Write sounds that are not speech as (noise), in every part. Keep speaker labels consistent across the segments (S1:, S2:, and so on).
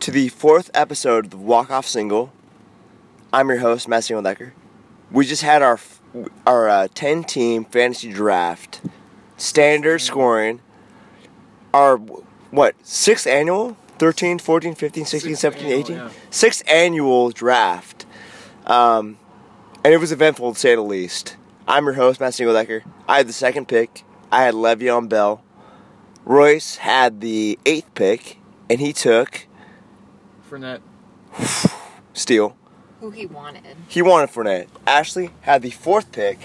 S1: to the fourth episode of the Walk Off Single. I'm your host, Matt Singldecker. We just had our f- our uh, ten team fantasy draft, standard scoring. Our what sixth annual? 13, 14, 15, 16,
S2: Sixth
S1: 17,
S2: annual,
S1: 18?
S2: yeah.
S1: Sixth annual draft. Um, and it was eventful to say the least. I'm your host, Matt Singldecker. I had the second pick. I had Le'Veon Bell. Royce had the eighth pick, and he took
S2: Fournette.
S1: Steele.
S3: Who he wanted.
S1: He wanted Fournette. Ashley had the fourth pick.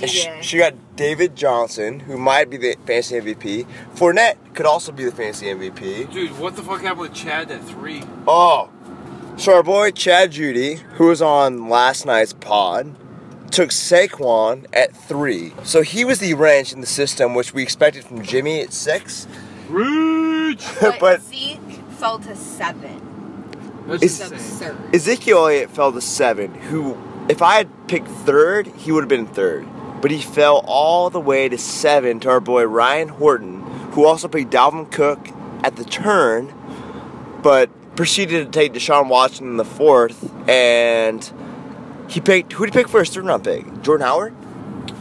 S1: And sh-
S3: TJ.
S1: she got David Johnson, who might be the fantasy MVP. Fournette could also be the fantasy MVP.
S2: Dude, what the fuck happened with Chad at three?
S1: Oh, so our boy Chad Judy, who was on last night's pod, took Saquon at three. So he was the wrench in the system, which we expected from Jimmy at six.
S2: Reach!
S3: But,
S1: But-
S3: Zeke fell to seven.
S2: That's
S3: It's
S2: insane.
S3: absurd.
S1: Ezekiel Elliott fell to seven, who, if I had picked third, he would have been third. But he fell all the way to seven to our boy Ryan Horton, who also picked Dalvin Cook at the turn, but proceeded to take Deshaun Watson in the fourth. And he picked, who did he pick for his third round pick? Jordan Howard?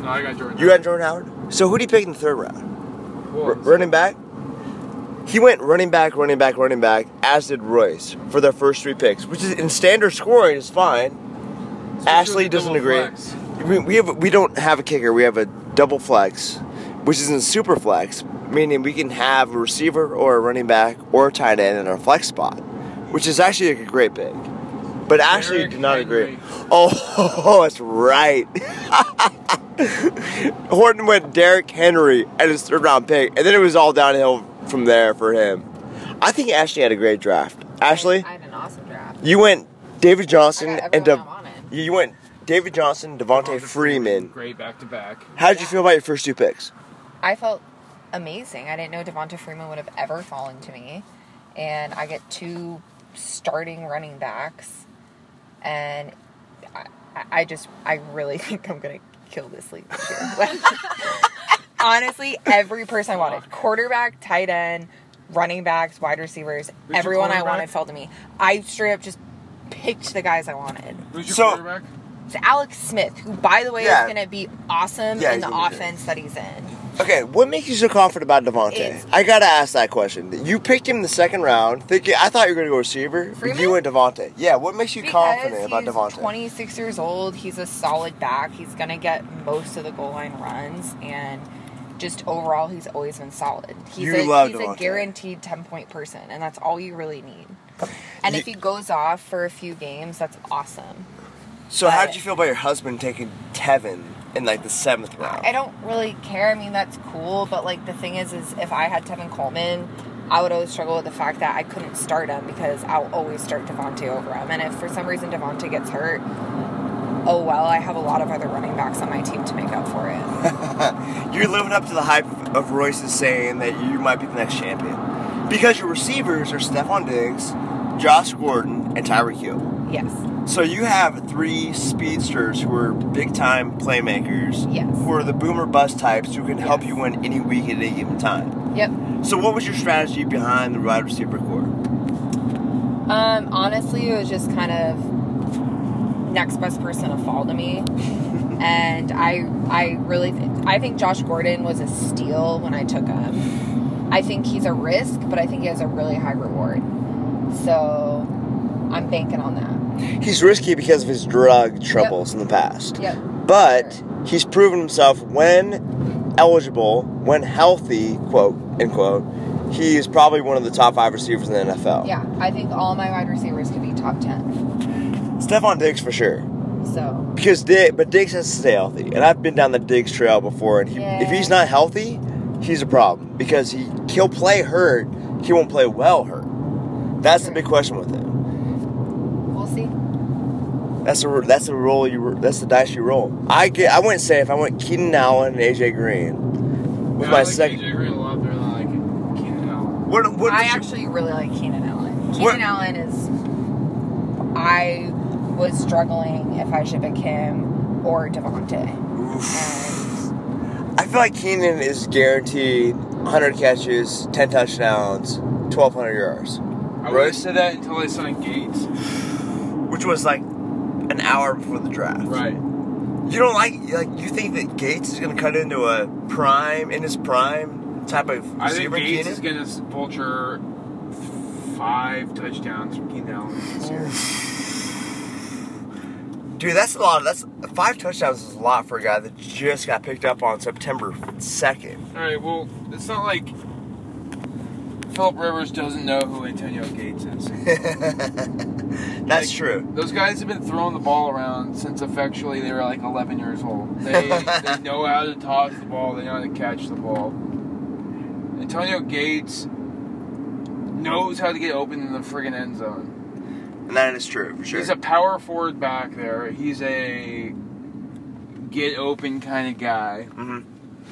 S2: No, I got Jordan.
S1: You had Jordan Howard? So who did he pick in the third round? R-
S2: Whoa.
S1: running back? He went running back, running back, running back, as did Royce for their first three picks, which is in standard scoring is fine.
S2: Switch
S1: Ashley
S2: with the
S1: doesn't
S2: double
S1: agree.
S2: flex.
S1: We, we have we don't have a kicker. We have a double flex, which is in super flex, meaning we can have a receiver or a running back or a tight end in our flex spot, which is actually a great pick. But Ashley
S2: Derrick
S1: did not agree.
S2: Henry.
S1: Oh, (laughs) that's right. Horton went Derrick Henry at his third round pick, and then it was all downhill from there for him. I think Ashley had a great draft. Ashley,
S3: I had an awesome draft.
S1: you went David Johnson
S3: I got
S1: and
S3: everyone
S1: Dev-
S3: I wanted.
S1: you went David Johnson, Devontae Freeman.
S2: Great back to back.
S1: How did you feel about your first two picks?
S3: I felt amazing. I didn't know Devonta Freeman would have ever fallen to me. And I get two starting running backs. And I, I- I just, I really (laughs) think I'm going to kill this league this year. (laughs) Like, honestly, every person I wanted quarterback, tight end, running backs, wide receivers,
S2: your
S3: everyone I
S2: cornerback?
S3: wanted fell to me. I straight up just picked the guys I wanted.
S2: Who's your
S1: So-
S2: quarterback?
S3: It's Alex Smith, who, by the way,
S1: Yeah.
S3: is going to be awesome
S1: Yeah,
S3: in
S1: he's
S3: the
S1: gonna be good.
S3: offense that he's in.
S1: Okay, what makes you so confident about Devontae?
S3: It's-
S1: I gotta ask that question. You picked him in the second round, thinking I thought you were gonna go receiver. But
S3: Freeman?
S1: you went Devontae. Yeah, what makes you confident about
S3: he's
S1: Devontae?
S3: 26 years old. He's a solid back. He's going to get most of the goal line runs. And just overall, he's always been solid. He's,
S1: You
S3: a,
S1: love
S3: he's a
S1: Devontae.
S3: guaranteed 10 point person. And that's all you really need. And
S1: You-
S3: if he goes off for a few games, that's awesome.
S1: so how did
S3: but-
S1: you feel about your husband taking Tevin in like the seventh round?
S3: I don't really care. I mean, that's cool, but like the thing is, is if I had Tevin Coleman, I would always struggle with the fact that I couldn't start him because I'll always start Devontae over him. And if for some reason Devontae gets hurt, oh well, I have a lot of other running backs on my team to make up for it. (laughs)
S1: You're living up to the hype of Royce's saying that you might be the next champion. Because your receivers are Stephon Diggs, Josh Gordon, and Tyreek Hill.
S3: Yes.
S1: So you have three speedsters who are big time playmakers,
S3: Yes.
S1: who are the boomer bust types who can help
S3: Yes.
S1: you win any week at any given time.
S3: Yep.
S1: So what was your strategy behind the wide receiver core?
S3: Um, honestly, it was just kind of next best person to fall to me, and I, I really, th- I think Josh Gordon was a steal when I took him. I think he's a risk, but I think he has a really high reward. So I'm banking on that.
S1: He's risky because of his drug troubles in the past.
S3: Yep.
S1: But he's proven himself when eligible, when healthy, quote, end quote, he is probably one of the top five receivers in the NFL.
S3: Yeah, I think all my wide receivers could be top ten.
S1: Stephon Diggs for sure.
S3: So
S1: Because Dig, but Diggs has to stay healthy. And I've been down the Diggs trail before, and he,
S3: Yeah.
S1: if he's not healthy, he's a problem. Because he, he'll play hurt, he won't play well hurt. That's the
S3: Sure.
S1: big question with him.
S3: we'll see.
S1: That's the that's the roll you that's the dice you roll. I get I went safe. I went Keenan Allen and AJ Green with
S2: Yeah,
S1: my
S2: I like
S1: second.
S2: AJ Green a lot better than I like Keenan Allen.
S1: What what
S3: I
S1: was your-
S3: actually really like Keenan Allen.
S1: What-
S3: Keenan Allen is. I was struggling if I should pick him or Devontae. And
S1: I feel like Keenan is guaranteed 100 catches, 10 touchdowns, 1,200 yards.
S2: I I
S1: Really?
S2: would have said that until I signed Gates.
S1: which was like an hour before the draft.
S2: Right.
S1: You don't like like you think that Gates is going to cut into a prime in his prime type of
S2: I think
S1: receiver
S2: Gates
S1: Keenan?
S2: is gonna s- vulture f- five touchdowns from Keenan Allen this year.
S1: Dude, that's a lot. That's five touchdowns is a lot for a guy that just got picked up on September second. (laughs)
S2: All right. Well, it's not like Philip Rivers doesn't know who Antonio Gates is.
S1: that's
S2: Like,
S1: true.
S2: Those guys have been throwing the ball around since effectually they were like 11 years old. They, they know how to toss the ball. They know how to catch the ball. Antonio Gates knows how to get open in the friggin' end zone.
S1: And that is true for sure.
S2: He's a power forward back there. He's a get open kind of guy.
S1: Mhm.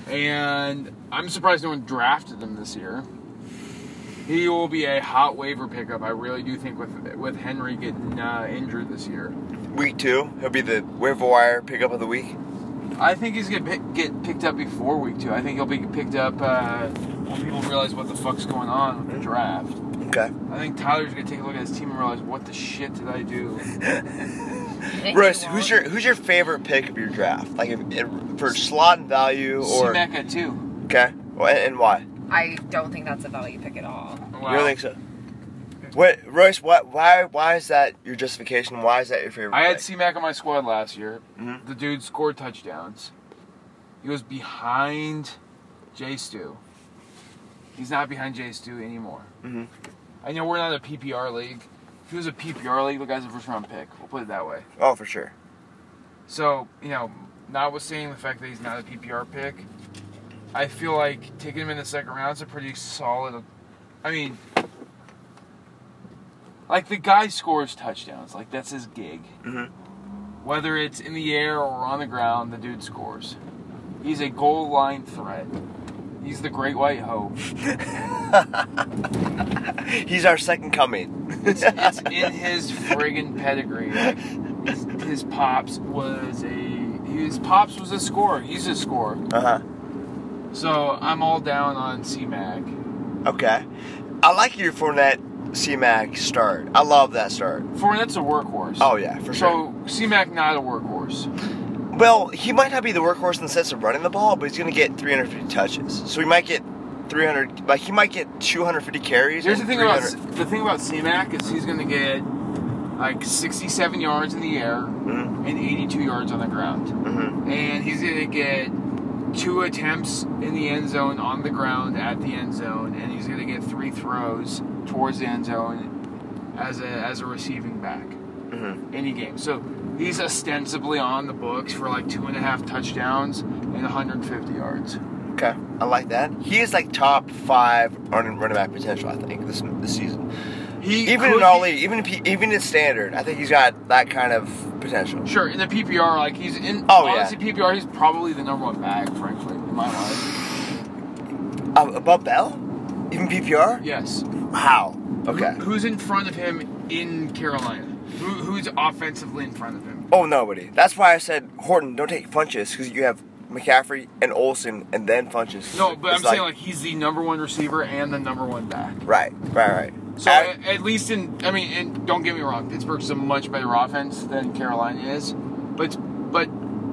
S2: And I'm surprised no one drafted him this year. He will be a hot waiver pickup, I really do think, with with Henry getting uh, injured this year.
S1: Week two, he'll be the waiver wire pickup of the week.
S2: I think he's gonna pick, get picked up before week two. I think he'll be picked up uh, when people realize what the fuck's going on with the draft.
S1: Okay.
S2: I think Tyler's gonna take a look at his team and realize what the shit did I do.
S1: Russ, who's your who's your favorite pick of your draft? Like if, if, for slot and value, or
S2: Simeka too.
S1: okay, well, and, and why?
S3: I don't think that's a value pick at all.
S2: Wow.
S1: You don't think so? What, Royce? What? Why? Why is that your justification? Why is that your favorite?
S2: I had
S1: pick?
S2: C Mac on my squad last year.
S1: Mhm.
S2: The dude scored touchdowns. He was behind J Stu. He's not behind J Stu anymore.
S1: Mhm.
S2: I know we're not a PPR league. If he was a PPR league, the guy's a first round pick. We'll put it that way.
S1: Oh, for sure. (laughs)
S2: So, you know, notwithstanding the fact that he's not a PPR pick, I feel like taking him in the second round is a pretty solid. I mean, like the guy scores touchdowns. Like that's his gig.
S1: Mhm.
S2: Whether it's in the air or on the ground, the dude scores. He's a goal line threat. He's the great white hope.
S1: He's our second coming. (laughs)
S2: It's, it's in his friggin' pedigree. Like, his, his pops was a his pops was a scorer. He's a scorer.
S1: Uh huh.
S2: So I'm all down on CMAC.
S1: Okay. I like your Fournette C Mac start. I love that start.
S2: Fournette's a workhorse.
S1: Oh yeah, for sure.
S2: So CMAC not a workhorse.
S1: Well, he might not be the workhorse in the sense of running the ball, but he's gonna get 350 touches. So he might get 300. Like he might get 250 carries.
S2: Here's the
S1: and
S2: thing about
S1: 300
S2: the thing about CMAC is he's gonna get like 67 yards in the air
S1: Mhm.
S2: and 82 yards on the ground,
S1: Mhm.
S2: and he's gonna get two attempts in the end zone on the ground at the end zone, and he's gonna get three throws towards the end zone as a as a receiving back.
S1: Mhm.
S2: any game. So he's ostensibly on the books for like two and a half touchdowns and 150 yards.
S1: Okay, I like that. He is like top five running running back potential. I think this this season.
S2: He
S1: Even
S2: could
S1: in
S2: be-
S1: all league, even in P- even in standard, I think he's got that kind of potential.
S2: Sure, in the PPR, like he's in.
S1: Oh, yeah.
S2: honestly, PPR, he's probably the number one bag, frankly, in my mind.
S1: Uh, above Bell, even PPR.
S2: Yes.
S1: Wow. Okay.
S2: Who- who's in front of him in Carolina? Who, who's offensively in front of him?
S1: Oh, nobody. That's why I said Horton. Don't take Funches because you have McCaffrey and Olson, and then Funches.
S2: No, but
S1: It's
S2: I'm saying like he's the number one receiver and the number one back.
S1: right, right, right.
S2: So
S1: I-
S2: at, at least in, I mean, and don't get me wrong, Pittsburgh's a much better offense than Carolina is, but but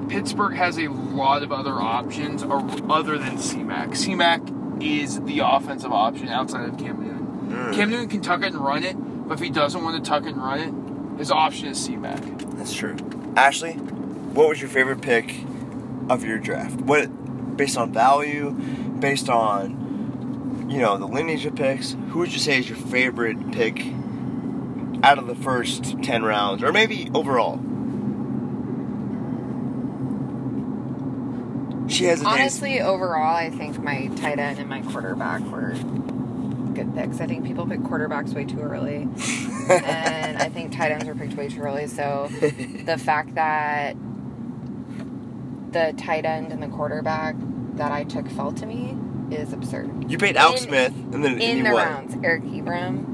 S2: Pittsburgh has a lot of other options or other than C-Mac. CMAC is the offensive option outside of Cam Newton.
S1: Mm.
S2: Cam Newton can tuck it and run it, but if he doesn't want to tuck it and run it, his option is C-Mac.
S1: that's true. Ashley, what was your favorite pick of your draft? What, based on value, based on you know the lineage of picks? Who would you say is your favorite pick out of the first ten rounds, or maybe overall? She has a
S3: Honestly, overall, I think my tight end and my quarterback were good picks. I think people pick quarterbacks way too early, and I think tight ends were picked way too
S1: (laughs)
S3: early. So the fact that the tight end and the quarterback that I took fell to me is absurd.
S1: You paid Alex
S3: In-
S1: Smith, and then
S3: In
S1: you
S3: the
S1: what?
S3: rounds, Eric Ebram.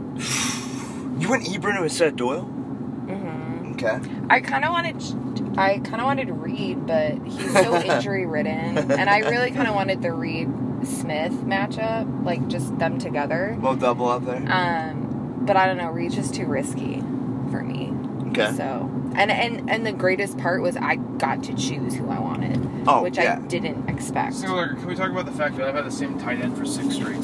S1: You went Ebron instead of Doyle.
S3: hmm
S1: Okay.
S3: I kind of wanted, I kind of wanted Reed, but
S1: (laughs)
S3: he's so injury ridden, and I really kind of wanted the Reed Smith matchup, like just them together.
S1: Well, double up there.
S3: Um, but I don't know. Reach is too risky for me.
S1: Okay.
S3: So and and and the greatest part was I got to choose who I wanted,
S1: Oh,
S3: which
S1: yeah.
S3: I didn't expect.
S2: Similar, can we talk about the fact that I've had the same tight end for six straight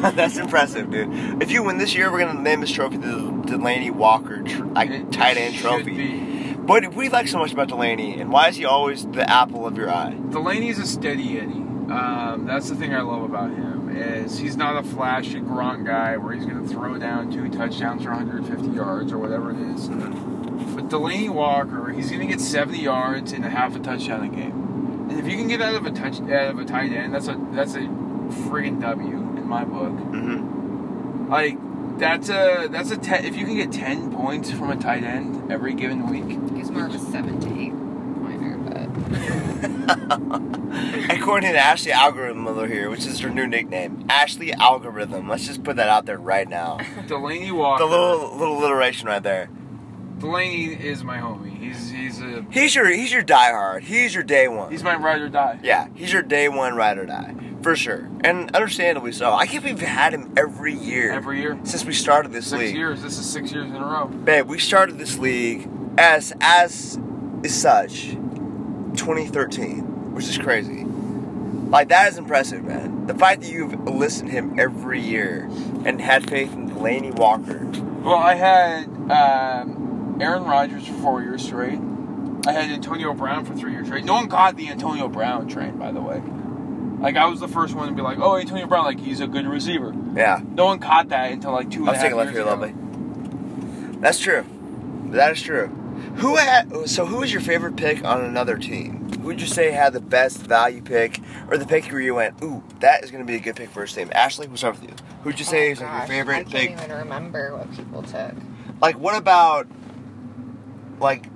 S1: (laughs) That's impressive, dude. If you win this year, we're gonna name this trophy the Delaney Walker tr- like,
S2: It
S1: tight end
S2: should
S1: trophy.
S2: be.
S1: What do we like so much about Delaney, and why is he always the apple of your eye?
S2: Delaney's a steady Eddie. Um, that's the thing I love about him is he's not a flashy grunt guy where he's going to throw down two touchdowns for 150 yards or whatever it is. But Delaney Walker, he's going to get 70 yards and a half a touchdown a game. And if you can get out of a touch out of a tight end, that's a that's a friggin' W in my book.
S1: Mm-hmm.
S2: Like that's a that's a ten, if you can get 10 points from a tight end every given week.
S3: He's more of a seven to eight pointer, but oh
S1: According to Ashley Algorithm over here, which is her new nickname, Ashley Algorithm. Let's just put that out there right
S2: (laughs)
S1: now.
S2: Delaney Walker.
S1: The little little alliteration right there.
S2: Delaney is my homie. He's he's a
S1: He's your he's your diehard. He's your day one.
S2: he's my ride or die.
S1: Yeah, he's your day one ride or die for sure, and understandably so. I can't believe we've had him every year
S2: Every year.
S1: since we started this
S2: Six
S1: league.
S2: years. This is six years in a row.
S1: Babe, we started this league as as is such 2013, which is crazy. Like that is impressive, man. The fact that you've listened to him every year and had faith in Delaney Walker.
S2: Well, I had um, Aaron Rodgers for four years straight. I had Antonio Brown for three years straight. No one got the Antonio Brown train, by the way. Like I was the first one to be like, "Oh, Antonio Brown, like he's a good receiver."
S1: Yeah,
S2: No one caught that until like two and
S1: I'll
S2: a half
S1: take a left here,
S2: years
S1: lovely.
S2: ago.
S1: That's true. That is true. Who had, so who was your favorite pick on another team? Who would you say had the best value pick or the pick where you went, ooh, that is going to be a good pick for his team? Ashley, what's up with you? Who'd you say
S3: Oh,
S1: is like your
S3: gosh, I
S1: favorite
S3: can't
S1: pick?
S3: even remember what people took.
S1: Like, what about like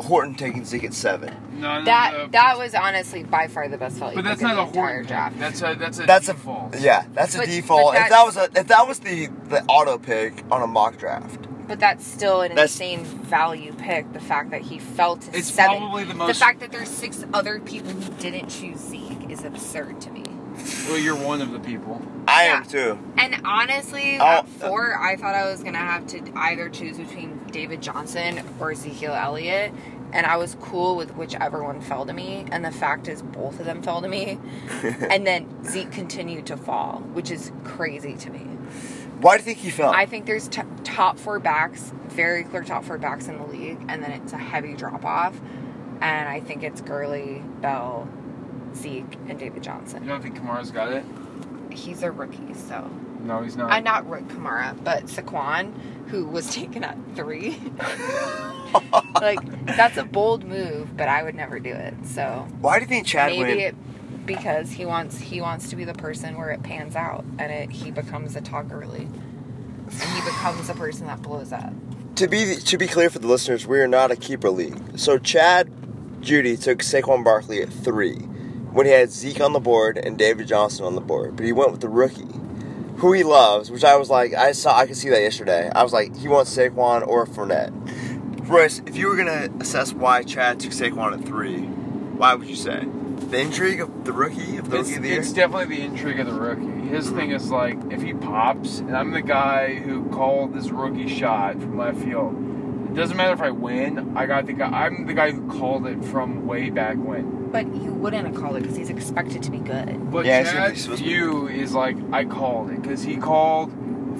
S1: Horton taking Zeke at seven?
S2: No, no, no.
S3: That that was honestly by far the best value.
S2: uh, But that's
S3: pick
S2: not
S3: of
S2: a
S3: the entire
S2: Horton
S3: draft.
S2: draft. That's a that's a
S1: That's
S2: default.
S1: a yeah. That's a
S3: But-
S1: default.
S3: but
S1: If
S3: that-
S1: that was a if that was the the auto pick on a mock draft,
S3: But that's still an
S1: That's-
S3: insane value pick. The fact that he fell to
S2: It's
S3: seven.
S2: probably the most-
S3: fact that there's six other people who didn't choose Zeke is absurd to me.
S2: Well, you're one of the people.
S1: I
S3: Yeah.
S1: am too.
S3: And honestly,
S1: Oh,
S3: at
S1: uh,
S3: four, I thought I was gonna have to either choose between David Johnson or Ezekiel Elliott, and I was cool with whichever one fell to me. And the fact is, both of them fell
S1: (laughs)
S3: to me, and then Zeke continued to fall, which is crazy to me.
S1: Why do you think he fell?
S3: I think there's t- top four backs, very clear top four backs in the league, and then it's a heavy drop off. And I think it's Gurley, Bell, Zeke, and David
S2: You
S3: Johnson.
S2: don't think Kamara's got it?
S3: He's a rookie, so
S2: No, he's not.
S3: I'm not Rick Kamara, but Saquon, who was (laughs) taken at three. like that's a bold move, but I would never do it. So
S1: Why do you think Chad
S3: maybe
S1: went?
S3: it because he wants he wants to be the person where it pans out and it he becomes a talk early. And he becomes the person that blows up.
S1: To be to be clear for the listeners, we are not a keeper league. So Chad Judy took Saquon Barkley at three when he had Zeke on the board and David Johnson on the board, but he went with the rookie, who he loves, which I was like, I saw, I could see that yesterday. I was like, he wants Saquon or Fournette. Royce, if you were gonna assess why Chad took Saquon at three, why would you say the intrigue of the rookie of the
S2: It's,
S1: rookie of the year? Hmm.
S2: it's definitely the intrigue of the rookie. His thing is like if he pops, and I'm the guy who called this rookie shot from left field. It doesn't matter if I win. I got the guy. I'm the guy who called it from way back when.
S3: But you wouldn't call it because he's expected to be good.
S2: But
S1: Yeah, it's gonna be
S2: Chad's
S1: supposed to be-
S2: view is like I called it because he called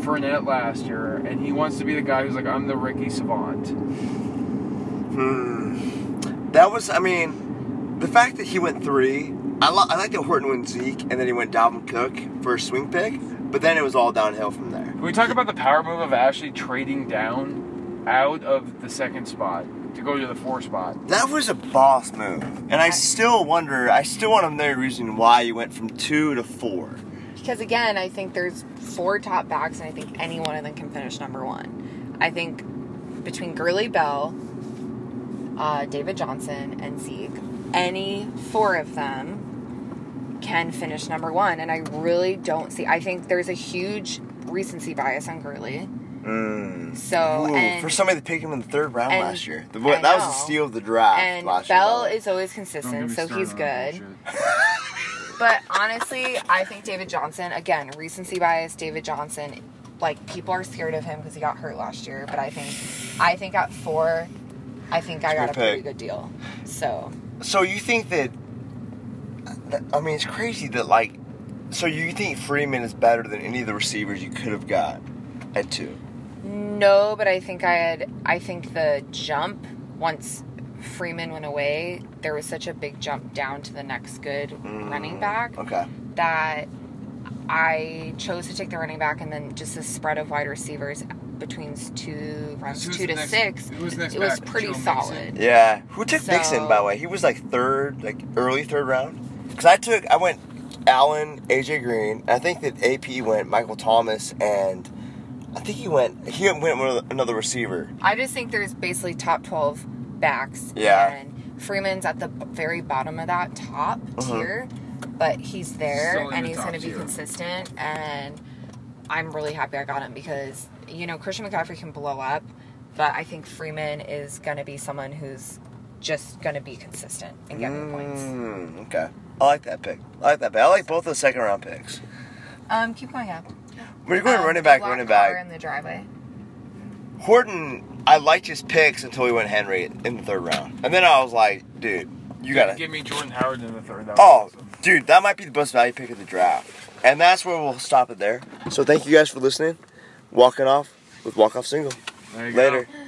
S2: Fournette last year, and he wants to be the guy who's like I'm the Ricky Savant.
S1: Hmm. That was, I mean, the fact that he went three. I, lo- I like that Horton went Zeke, and then he went Dalvin Cook for a swing pick, but then it was all downhill from there.
S2: Can we talk about the power move of Ashley trading down out of the second spot to go to the four spot?
S1: That was a boss move, and I still wonder. I still want to know the reason why you went from two to four.
S3: Because again, I think there's four top backs, and I think any one of them can finish number one. I think between Gurley Bell, uh, David Johnson, and Zeke, any four of them can finish number one. And I really don't see. I think there's a huge recency bias on Gurley.
S1: Mm.
S3: So
S1: Ooh,
S3: Oh, and,
S1: for somebody that picked him in the third round
S3: and-
S1: last year, The-
S3: I
S1: that was
S3: know.
S1: a steal of the draft.
S3: and
S1: last
S3: Bell
S1: year,
S3: is always
S2: Don't get
S3: consistent,
S2: me
S3: so he's
S2: started on that
S3: good.
S2: bullshit.
S3: But honestly, I think David Johnson, again, recency bias, David Johnson like people are scared of him because he got hurt last year. But I think, I think at four, I think I
S1: It's a
S3: got a
S1: good
S3: pretty
S1: pick.
S3: good deal. So
S1: So you think that, that- I mean, it's crazy that like, so you think Freeman is better than any of the receivers you could have got at two?
S3: no, but I think I had. I think the jump once Freeman went away, there was such a big jump down to the next good running back.
S1: Mm, Okay.
S3: that I chose to take the running back and then just the spread of wide receivers between two rounds
S2: Who's
S3: two
S2: the
S3: to
S2: next-
S3: six.
S2: who's the next
S3: it was
S2: back?
S3: pretty
S2: Joe Mixon?
S3: solid.
S1: Yeah. Who took
S3: So-
S1: Mixon by the way? He was like third, like early third round. Because I took, I went Allen, AJ Green. and I think that AP went Michael Thomas, and I think he went he went with another receiver.
S3: I just think there's basically top twelve backs.
S1: Yeah.
S3: And Freeman's at the b- very bottom of that top
S1: Mhm.
S3: tier, but he's there
S2: Still in
S3: and
S2: the
S3: he's
S2: top
S3: going to be
S2: tier.
S3: consistent. And I'm really happy I got him because you know Christian McCaffrey can blow up, but I think Freeman is going to be someone who's just going to be consistent and get me points.
S1: Mm, okay. I like that pick. I like that pick. I like both those second round picks.
S3: Um, keep going up.
S1: We're going
S3: Um,
S1: running back,
S3: black
S1: running
S3: car
S1: back.
S3: in the driveway.
S1: Horton, I liked his picks until he went Henry in the third round. And then I was like, dude, you gotta.
S2: give me Jordan Howard in the third. That
S1: Oh,
S2: was awesome.
S1: dude, that might be the most value pick of the draft. And that's where we'll stop it there. So thank you guys for listening. Walking off with Walk Off Single.
S2: There you go.
S1: Later.